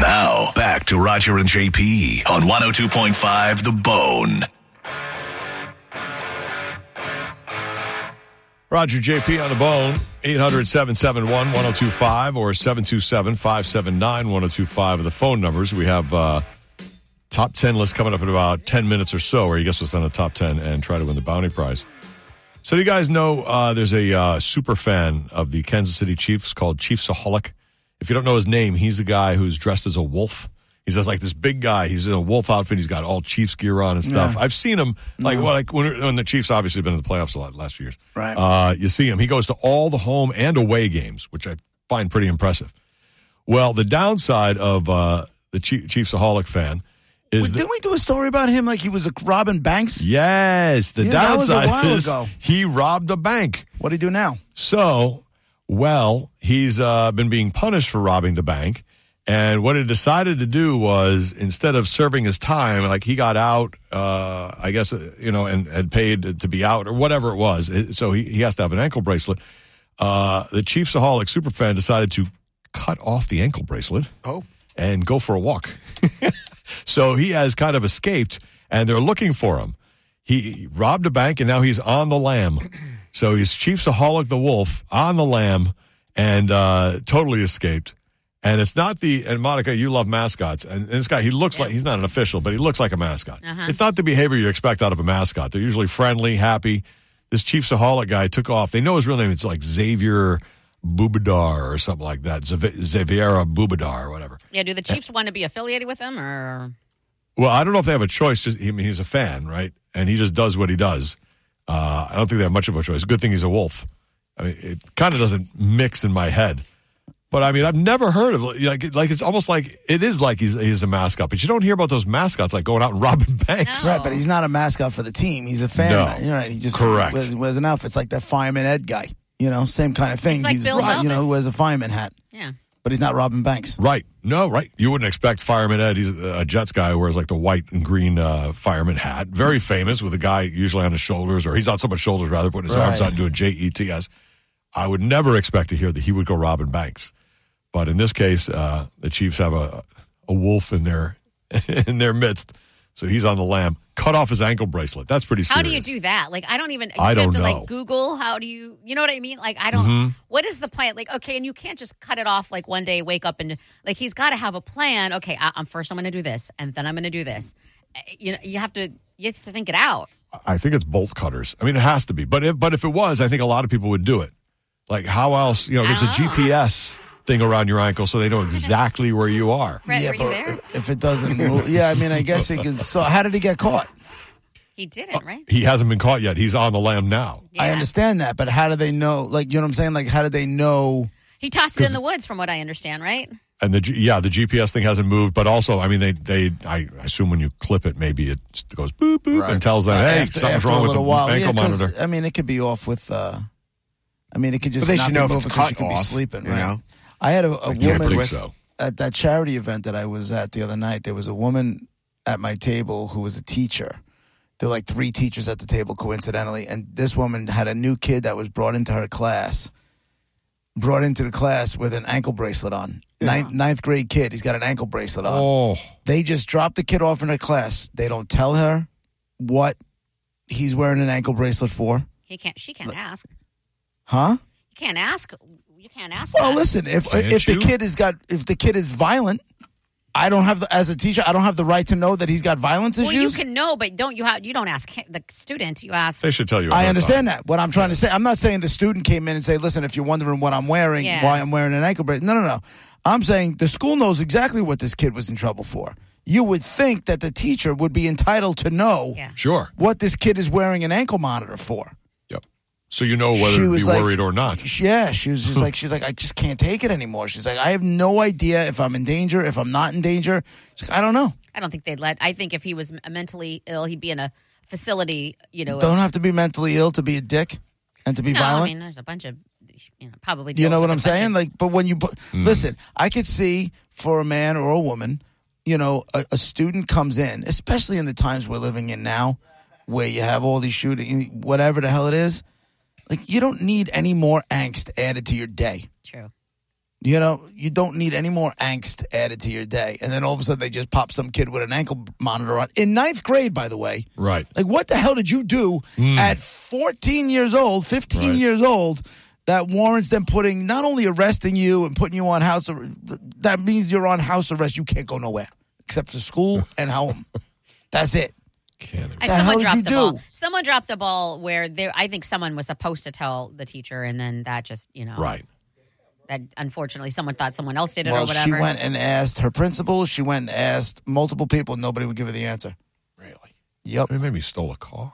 Now, back to Roger and JP on 102.5 The Bone. Roger JP on the bone, 800 771 1025 or 727 579 1025 are the phone numbers. We have uh, top 10 list coming up in about 10 minutes or so, where you guess what's on the top 10 and try to win the bounty prize. So, do you guys know uh, there's a uh, super fan of the Kansas City Chiefs called Chiefsaholic? If you don't know his name, he's the guy who's dressed as a wolf. He's just like this big guy. He's in a wolf outfit. He's got all Chiefs gear on and stuff. I've seen him like well, like when, when the Chiefs obviously have been in the playoffs a lot the last few years. Right. Uh, you see him. He goes to all the home and away games, which I find pretty impressive. Well, the downside of uh, the Chief, Chiefsaholic fan is Wait, that didn't we do a story about him like he was a Robin Banks? yes, the Yeah, that was a downside while is ago. he robbed a bank. What'd he do now? So, well, he's uh, been being punished for robbing the bank. And what he decided to do was instead of serving his time, like he got out, uh, I guess, uh, you know, and had paid to be out or whatever it was. It- So he, he has to have an ankle bracelet. Uh, the Chiefsaholic superfan decided to cut off the ankle bracelet Oh. and go for a walk. so he has kind of escaped, and they're looking for him. He robbed a bank, and now he's on the lam. So he's Chiefsaholic the Wolf on the lam, and uh, totally escaped. And it's not the and Monica, you love mascots, and, and this guy he looks like he's not an official, but he looks like a mascot. It's not the behavior you expect out of a mascot. They're usually friendly, happy. This Chiefsaholic guy took off. They know his real name. It's like Xavier Bubadar or something like that. Xav- Xaviera Bubadar or whatever. Yeah, do the Chiefs want to be affiliated with them or Well, I don't know if they have a choice. Just, I mean, he's a fan, right? And he just does what he does. Uh, I don't think they have much of a choice. Good thing he's a wolf. I mean, it kind of doesn't mix in my head. But I mean, I've never heard of like like it's almost like it is like he's he's a mascot, but you don't hear about those mascots like going out and robbing banks. No. Right, but he's not a mascot for the team. He's a fan. No. You're right. He just Correct. Wears, wears an outfit. It's like that fireman Ed guy. You know, same kind of thing. It's like he's Bill's right. You know, Elvis. who wears a fireman hat, yeah. but he's not Robin Banks. Right? No, right. You wouldn't expect fireman Ed. He's a Jets guy who wears like the white and green uh, fireman hat. Very Mm-hmm. famous with a guy usually on his shoulders, or he's on someone's shoulders rather, putting his arms Right. out and doing J E T S. I would never expect to hear that he would go robbing banks, but in this case, uh, the Chiefs have a a wolf in their in their midst, so he's on the lamb. Cut off his ankle bracelet. That's pretty serious. How do you do that? Like I don't even I you don't have to know. Mm-hmm. like Google how do you you know what I mean? Like I don't what is the plan? Like okay, and you can't just cut it off like one day wake up and like he's got to have a plan. Okay, I, I'm first I'm going to do this and then I'm going to do this. Uh, You know, you have to you have to think it out. I think it's bolt cutters. I mean, it has to be. But if, but if it was, I think a lot of people would do it. Like how else? You know, it's a I don't know. GPS thing around your ankle, so they know exactly where you are. Brett, were you but uh, there? if it doesn't, move, yeah. I mean, I guess it can. So, how did he get caught? He uh, didn't, right? He hasn't been caught yet. He's on the lam now. I Yeah. understand that, but how do they know? Like, you know what I'm saying? Like, how do they know? He tossed it in the woods from what I understand, right? And the G- yeah, the GPS thing hasn't moved. But also, I mean, they they I assume when you clip it, maybe it goes boop boop and tells them, hey, after, something's after wrong a with the little while. ankle yeah, 'cause, monitor. I mean, it could be off with. uh I mean, it could just. But they not should be know if moving it's 'cause cut she could off, be sleeping. you right? know? I had a, a don't woman think with- so. at that charity event that I was at the other night. There was a woman at my table who was a teacher. There were like three teachers at the table, coincidentally, and this woman had a new kid that was brought into her class. Brought into the class with an ankle bracelet on. Ninth, ninth grade kid. He's got an ankle bracelet on. Oh, They just drop the kid off in her class. They don't tell her what he's wearing an ankle bracelet for. He can't. She can't ask. Huh? You can't ask. You can't ask. Well, that. listen, if Can't if the you? kid has got if the kid is violent, I don't have the, as a teacher, I don't have the right to know that he's got violence Well, you issues. can know, but don't you? Ha- you don't ask hi- the student. You ask. they should tell you. ahead I of understand that. What I'm trying to say, I'm not saying the student came in and say, "Listen, if you're wondering what I'm wearing, Yeah. why I'm wearing an ankle bracelet." No, no, no. I'm saying the school knows exactly what this kid was in trouble for. You would think that the teacher would be entitled to know Yeah. time. Sure. what this kid is wearing an ankle monitor for. Yep. so you know whether she to was be like- worried or not. She- yeah, she was just like, she's like, I just can't take it anymore. She's like, I have no idea if I'm in danger, if I'm not in danger. She's like, I don't know. I don't think they'd let. I think if he was m- mentally ill, he'd be in a facility. You know, Don't have to be mentally ill to be a dick and to be no, violent. I mean, there's a bunch of, you know, probably. Do you deals know what with a I'm bunch of- saying? Like, but when you put, Hmm. listen, I could see for a man or a woman, you know, a, a student comes in, especially in the times we're living in now, where you have all these shooting, whatever the hell it is. Like, you don't need any more angst added to your day. True. You know, you don't need any more angst added to your day. And then all of a sudden, they just pop some kid with an ankle monitor on in ninth grade, by the way. Right. Hmm. Like, what the hell did you do at 14 years old, 15 Right. years old, that warrants them putting not only arresting you and putting you on house arrest, that means you're on house arrest. You can't go nowhere except to school and home. That's it. Can't I, The someone hell did dropped you the do? ball. Someone dropped the ball where there. I think someone was supposed to tell the teacher, and then that just you know right. that unfortunately someone thought someone else did it well, or whatever. she went and asked her principal. She went and asked multiple people. Nobody would give her the answer. Really? Yep. I mean, maybe he stole a car.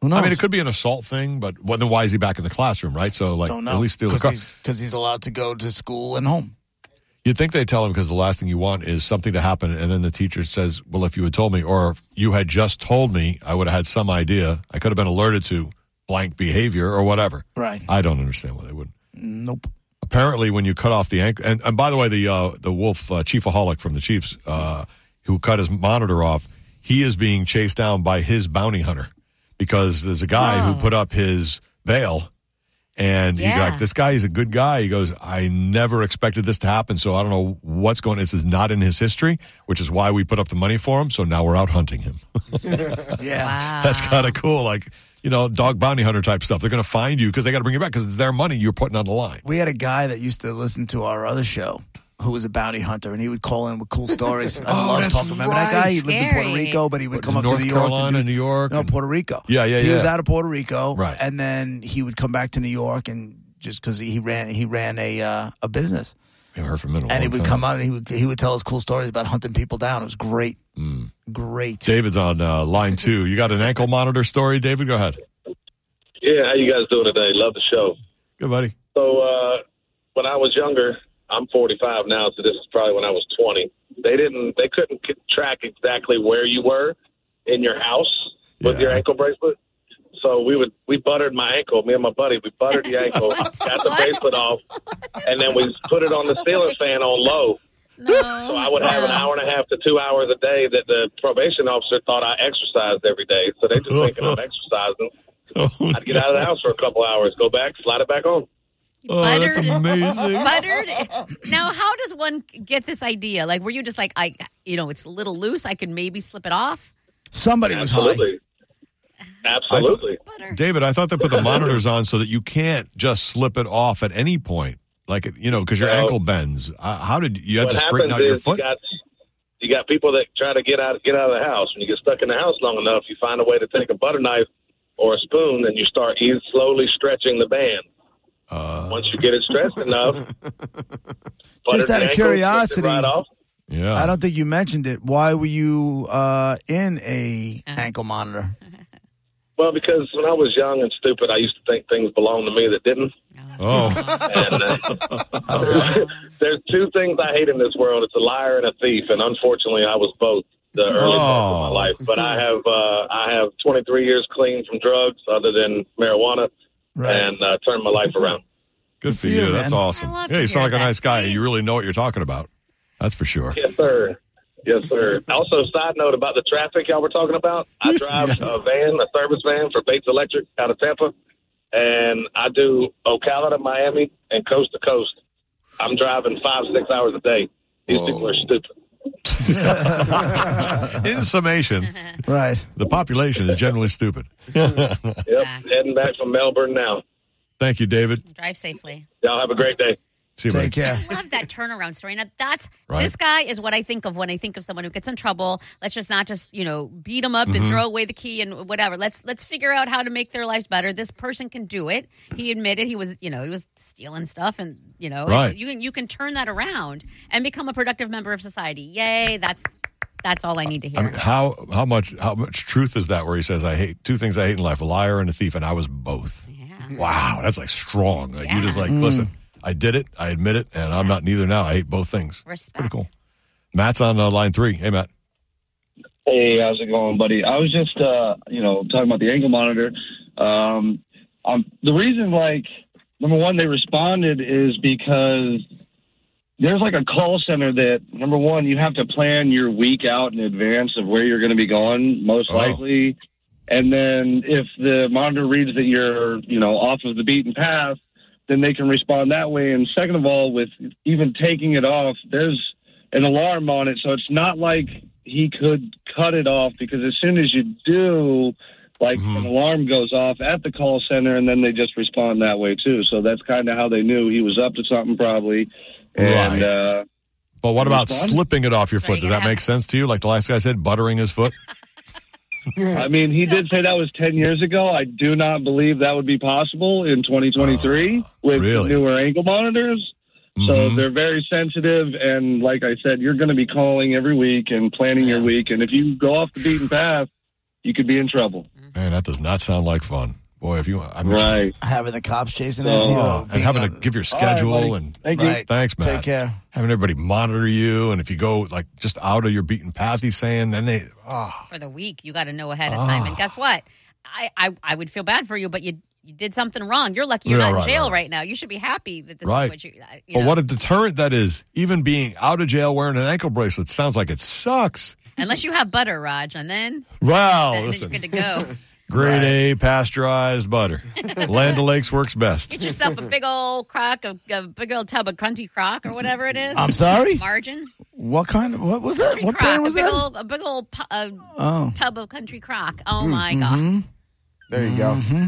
Who knows? I mean, it could be an assault thing, but well, then why is he back in the classroom, right? So, like, Don't know. at least steal a Because car. he's, 'cause he's allowed to go to school and home. You'd think they tell him because the last thing you want is something to happen, and then the teacher says, "Well, if you had told me, or if you had just told me, I would have had some idea. I could have been alerted to blank behavior or whatever." Right. I don't understand why they wouldn't. Nope. Apparently, when you cut off the ankle, and, and by the way, the uh, the wolf uh, chiefaholic from the Chiefs uh, who cut his monitor off, he is being chased down by his bounty hunter because there's a guy who put up his bail. And he Oh. Yeah. got this guy is a good guy. He goes, I never expected this to happen, so I don't know what's going. This is not in his history, which is why we put up the money for him. So now we're out hunting him. uh, Yeah. wow. That's kind of cool, like you know, dog bounty hunter type stuff. They're going to find you because they got to bring you back because it's their money you're putting on the line. We had a guy that used to listen to our other show who was a bounty hunter, and he would call in with cool stories. I Oh, love talking. Remember that guy? He lived in Puerto Scary. Rico, but he would But come up North to New York. to Carolina, do- New York, No, and- Puerto Rico. Yeah, yeah, He was yeah. out of Puerto Rico, Right. And then he would come back to New York and just because he, he ran he ran a uh, a business, We haven't heard from him in a and he long would time. come out and he would he would tell us cool stories about hunting people down. It was great, great. David's on uh, line two. You got an ankle monitor story, David? Go ahead. Yeah, how you guys doing today? Love the show. Good buddy. So uh, when I was younger, I'm 45 now, so this is probably when I was 20. They didn't, they couldn't c- track exactly where you were in your house with Yeah. your ankle bracelet. So we would we buttered my ankle. Me and my buddy, we buttered the ankle, What? got the What? bracelet off, and then we put it on the ceiling fan on low. No. So I would have an hour and a half to two hours a day that the probation officer thought I exercised every day. So they just thinking I'm exercising. Oh, I'd get out of the house for a couple hours, go back, slide it back on. "Oh, that's Buttered- amazing. Buttered. Now, how does one get this idea? Like, were you just like, I, you know, it's a little loose. I could maybe slip it off. Somebody was high. Absolutely. Absolutely. Butter. David, I thought they put the monitors on so that you can't just slip it off at any point, like it, you know, because your No. ankle bends. Uh, how did you had what to straighten happens out your is you foot? got, you got people that try to get out get out of the house. When you get stuck in the house long enough, you find a way to take a butter knife or a spoon and you start eas- slowly stretching the band. Uh. Once you get it stretched enough, butter Just out of the ankle, stretch it curiosity, right off. yeah, I don't think you mentioned it. Why were you uh, in a ankle monitor? Well, because when I was young and stupid, I used to think things belonged to me that didn't. Oh, And uh, there's two things I hate in this world: it's a liar and a thief. And unfortunately, I was both the early parts of Oh. my life. But I have uh, I have 23 years clean from drugs, other than marijuana, Right. and uh, turned my life around. good for Good for you. you, That's man. awesome. I love Yeah, to you sound hear like a that. nice guy. See? You really know what you're talking about. That's for sure. Yes, sir. Yes, sir. Also, side note about the traffic y'all were talking about. I drive a van, a service van for Bates Electric out of Tampa, and I do Ocala to Miami and coast to coast. I'm driving five, six hours a day. These people are stupid. In summation, Right. the population is generally stupid. Yep, heading back from Melbourne now. Thank you, David. Drive safely. Y'all have a great day. See you, buddy. Take care. Love that turnaround story. Now that's Right. this guy is what I think of when I think of someone who gets in trouble. Let's just not just you know beat them up Mm-hmm. and throw away the key and whatever. Let's let's figure out how to make their lives better. This person can do it. He admitted he was you know he was stealing stuff and you know Right. you can you can turn that around and become a productive member of society. Yay! That's that's all I need to hear. I mean, how how much how much truth is that? Where he says, "I hate two things I hate in life: a liar and a thief," and I was both. yeah. Wow, that's like strong. Like you just like listen. I did it. I admit it, and I'm not neither now. I hate both things. Pretty Respect. cool. Matt's on uh, line three. Hey, Matt. Hey, how's it going, buddy? I was just, uh, you know, talking about the ankle monitor. Um, um, the reason, like, number one, they responded is because there's like a call center that, number one, you have to plan your week out in advance of where you're going to be going, most Oh. likely. And then if the monitor reads that you're, you know, off of the beaten path, then they can respond that way. And second of all, with even taking it off, there's an alarm on it, so it's not like he could cut it off because as soon as you do, like an alarm goes off at the call center, and then they just respond that way too. So that's kind of how they knew he was up to something probably. And Right. uh, But what about Respond? slipping it off your So foot? you Does that have- make sense to you? Like the last guy said, buttering his foot. I mean, he did say that was ten years ago. I do not believe that would be possible in 2023 with really? newer ankle monitors. So Mhm. they're very sensitive, and like I said, you're going to be calling every week and planning your week. And if you go off the beaten path, you could be in trouble. Man, that does not sound like fun. Boy, if you, I mean, Right. Having the cops chasing Oh, after you. and being having on- to give your All right, schedule buddy. and Thank you. Right. Thanks, Matt. Take care. having everybody monitor you, and if you go like just out of your beaten path, he's saying, then they, ah, For the week, you got to know ahead of time. And guess what? I, I I would feel bad for you, but you you did something wrong. You're lucky you're Yeah, not right, in jail right, right, now. You should be happy that this Right. is what you. I- you but know, what a deterrent that is. Even being out of jail wearing an ankle bracelet sounds like it sucks. unless you have butter, Raj, and then, Wow, then you're Oh, listen, good to go. grade A pasteurized butter. Land O'Lakes works best. Get yourself a big old crock, of, a big old tub of crunchy crock or whatever it is. I'm sorry. Margin. What kind of what was that? Country What crock, brand was a big that? Old, a big old pu- uh, Oh, tub of country crock. Oh my god! There you go. Mm-hmm.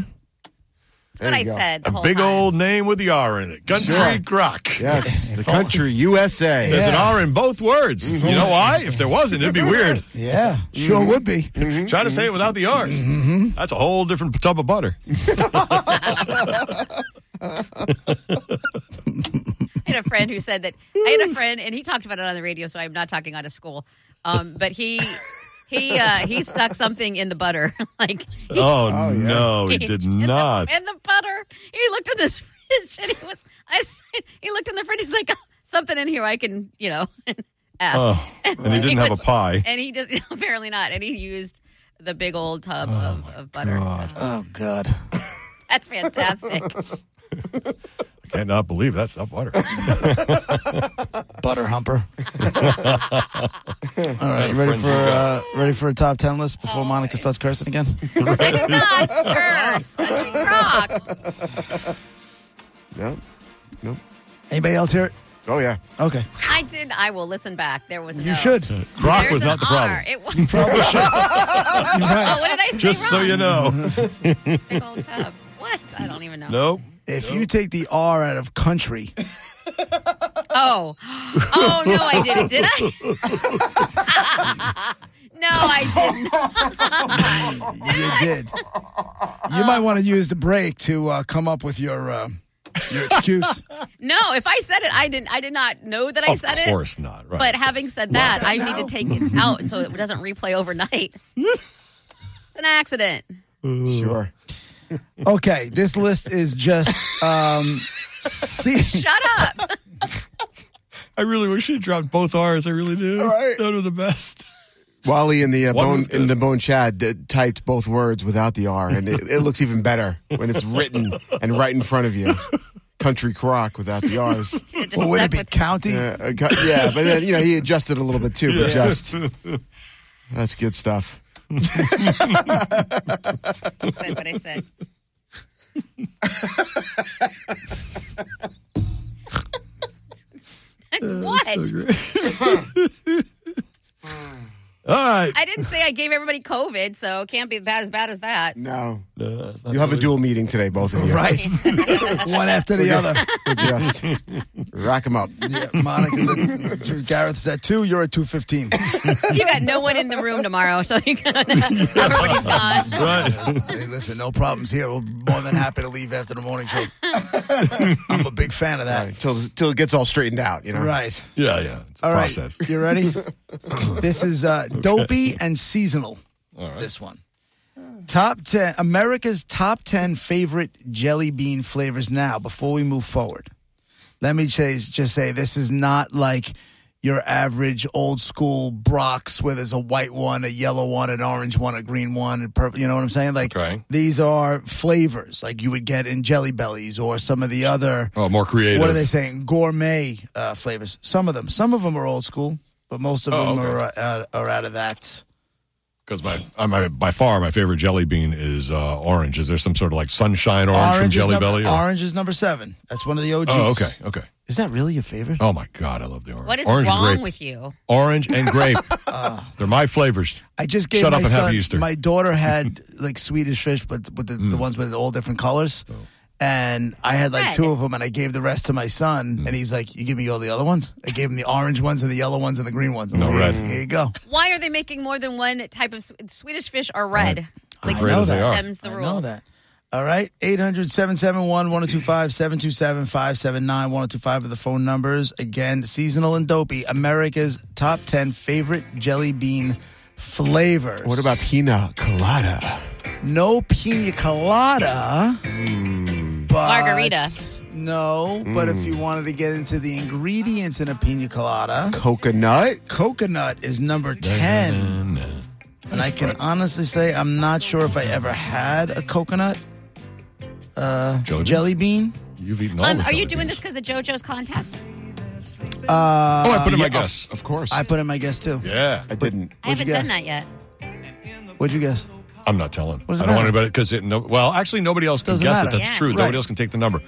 That's what I said. The A whole big time. old name with the R in it. Country Sure. Crock. Yes, the country USA. There's an Yeah. R in both words. You know why? If there wasn't, it'd be weird. yeah, Mm-hmm. sure would be. Try to say it without the R's. That's a whole different tub of butter. I had a friend who said that I had a friend, and he talked about it on the radio, so I'm not talking out of school. Um, but he he uh, he stuck something in the butter, like he Oh, no, he did in the- not. in the butter. He looked in this fridge, and he was I. said- He looked in the fridge. He's like "Oh, something in here. I can you know. F." Oh, and he didn't have a was- pie. and he just apparently not. And he used the big old tub of, of butter. Oh God. That's fantastic. I cannot believe that's not butter. Butter humper. All What a right, ready frenzy for you got. uh, ready for a top ten list before Monica starts cursing again. Nuts first, country crock. Yep. Anybody else hear it? Oh yeah. Okay, I did. I will listen back. There was no. you should. Crock There's was an not the problem. R. It was. Probably Oh, what did I say Just so wrong? you know. Big old tub. What? I don't even know. Nope. If you take the R out of country, Oh. Oh no, I didn't. Did I? no, I didn't. you did. You might want to use the break to uh, come up with your uh, your excuse. No, if I said it, I didn't. I did not know that I Of said it. course not. Right. But having said that, I need to take it out so it doesn't replay overnight. it's an accident. Sure. Okay, this list is just um, see. Shut up. I really wish she dropped both R's. I really do. Right. Those are the best. Wally in the uh, One bone was good. in the bone Chad d- typed both words without the R, and it, it looks even better when it's written and right in front of you. Country crock without the R's. Should have just Well, would it stuck be with- county? Yeah, uh, cu- yeah, but then you know he adjusted a little bit too, but just that's good stuff. said what I said. what? All right. I didn't say I gave everybody COVID, so it can't be bad as bad as that. No, No, that's not you have a really- dual meeting today, both of you. Right, one after the other. We'll just rack them up. Yeah, Monica's at Gareth's at two. You're at two fifteen. You got no one in the room tomorrow, so you got everybody's gone. Right. Uh, Hey, listen, no problems here. We're more than happy to leave after the morning show. I'm a big fan of that. Till till it gets all straightened out, you know. Right. Yeah, yeah. It's a All right. process. You ready? this is uh, dopey and seasonal. All right. This one. Top 10, America's top 10 favorite jelly bean flavors now before we move forward. Let me just, just say this is not like your average old school Brock's where there's a white one, a yellow one, an orange one, a green one, a purple. You know what I'm saying? Like Okay. these are flavors like you would get in Jelly Bellies or some of the other, Oh, more creative. what are they saying? Gourmet uh, flavors. Some of them. Some of them are old school, but most of Oh, them okay. are, uh, are out of that. Because my, uh, my by far my favorite jelly bean is uh, orange. Is there some sort of like sunshine orange, from is Jelly number- Belly? or- Orange is number seven. That's one of the OGs. oh, okay, okay. Is that really your favorite? Oh my God, I love the orange. What is orange and wrong grape. with Ah. you? Orange and grape. They're my flavors. I just gave Shut my up and son. have Easter. Mm. My daughter had like Swedish fish, but with the, the ones with all different colors. Oh. And I had like two Red. of them, and I gave the rest to my son, Mm. and he's like, "You give me all the other ones." I gave him the orange ones and the yellow ones and the green ones. I'm No, like, red. Here you go. Why are they making more than one type of sw- Swedish fish are red? Like I know as they that. are. them's the I rules. know that. All right. 800 771 1025 727 579 1025 are the phone numbers. Again, seasonal and dopey, America's top 10 favorite jelly bean flavors. What about pina colada? no pina colada? Hmm. But Margarita. No, but if you wanted to get into the ingredients in a pina colada, Coconut? coconut is number 10. And I can honestly say I'm not sure if I ever had a coconut uh, Jelly bean? jelly bean. You've eaten all Um, the are you jelly doing beans. this because of JoJo's contest? Uh, Oh, I put in Yeah, my of- guess. Of, course. I put in my guess too. Yeah, I didn't. I haven't you done guess? that yet. What'd you guess? I'm not telling. I does it don't want matter? anybody because it. No, well, actually, nobody else can Doesn't guess it. matter. That's Yeah. true. Right. Nobody else can take the number.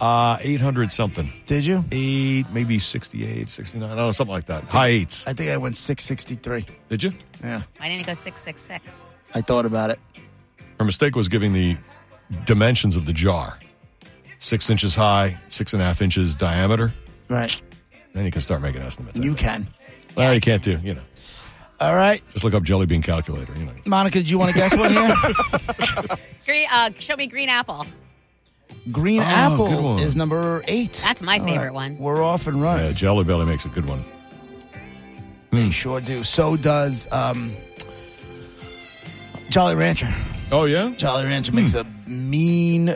Uh, 800 something. Did you? Eight, maybe 68, 69, I don't know, something like that. High eights. I think I went 663. Did you? Yeah. Why didn't it go six six six? I thought about it. Her mistake was giving the dimensions of the jar six inches high, six and a half inches diameter. Right. Then you can start making estimates. You can. well, you can't do, you know. All right. Just look up jelly bean calculator, you know. Monica, did you want to guess one here? Green, uh, show me green apple. Green Oh, good apple one. is number eight. That's my All favorite one. We're off and running. Yeah, Uh, jelly belly makes a good one. They sure do. So does um, Jolly Rancher. Oh, yeah? Jolly Rancher makes a mean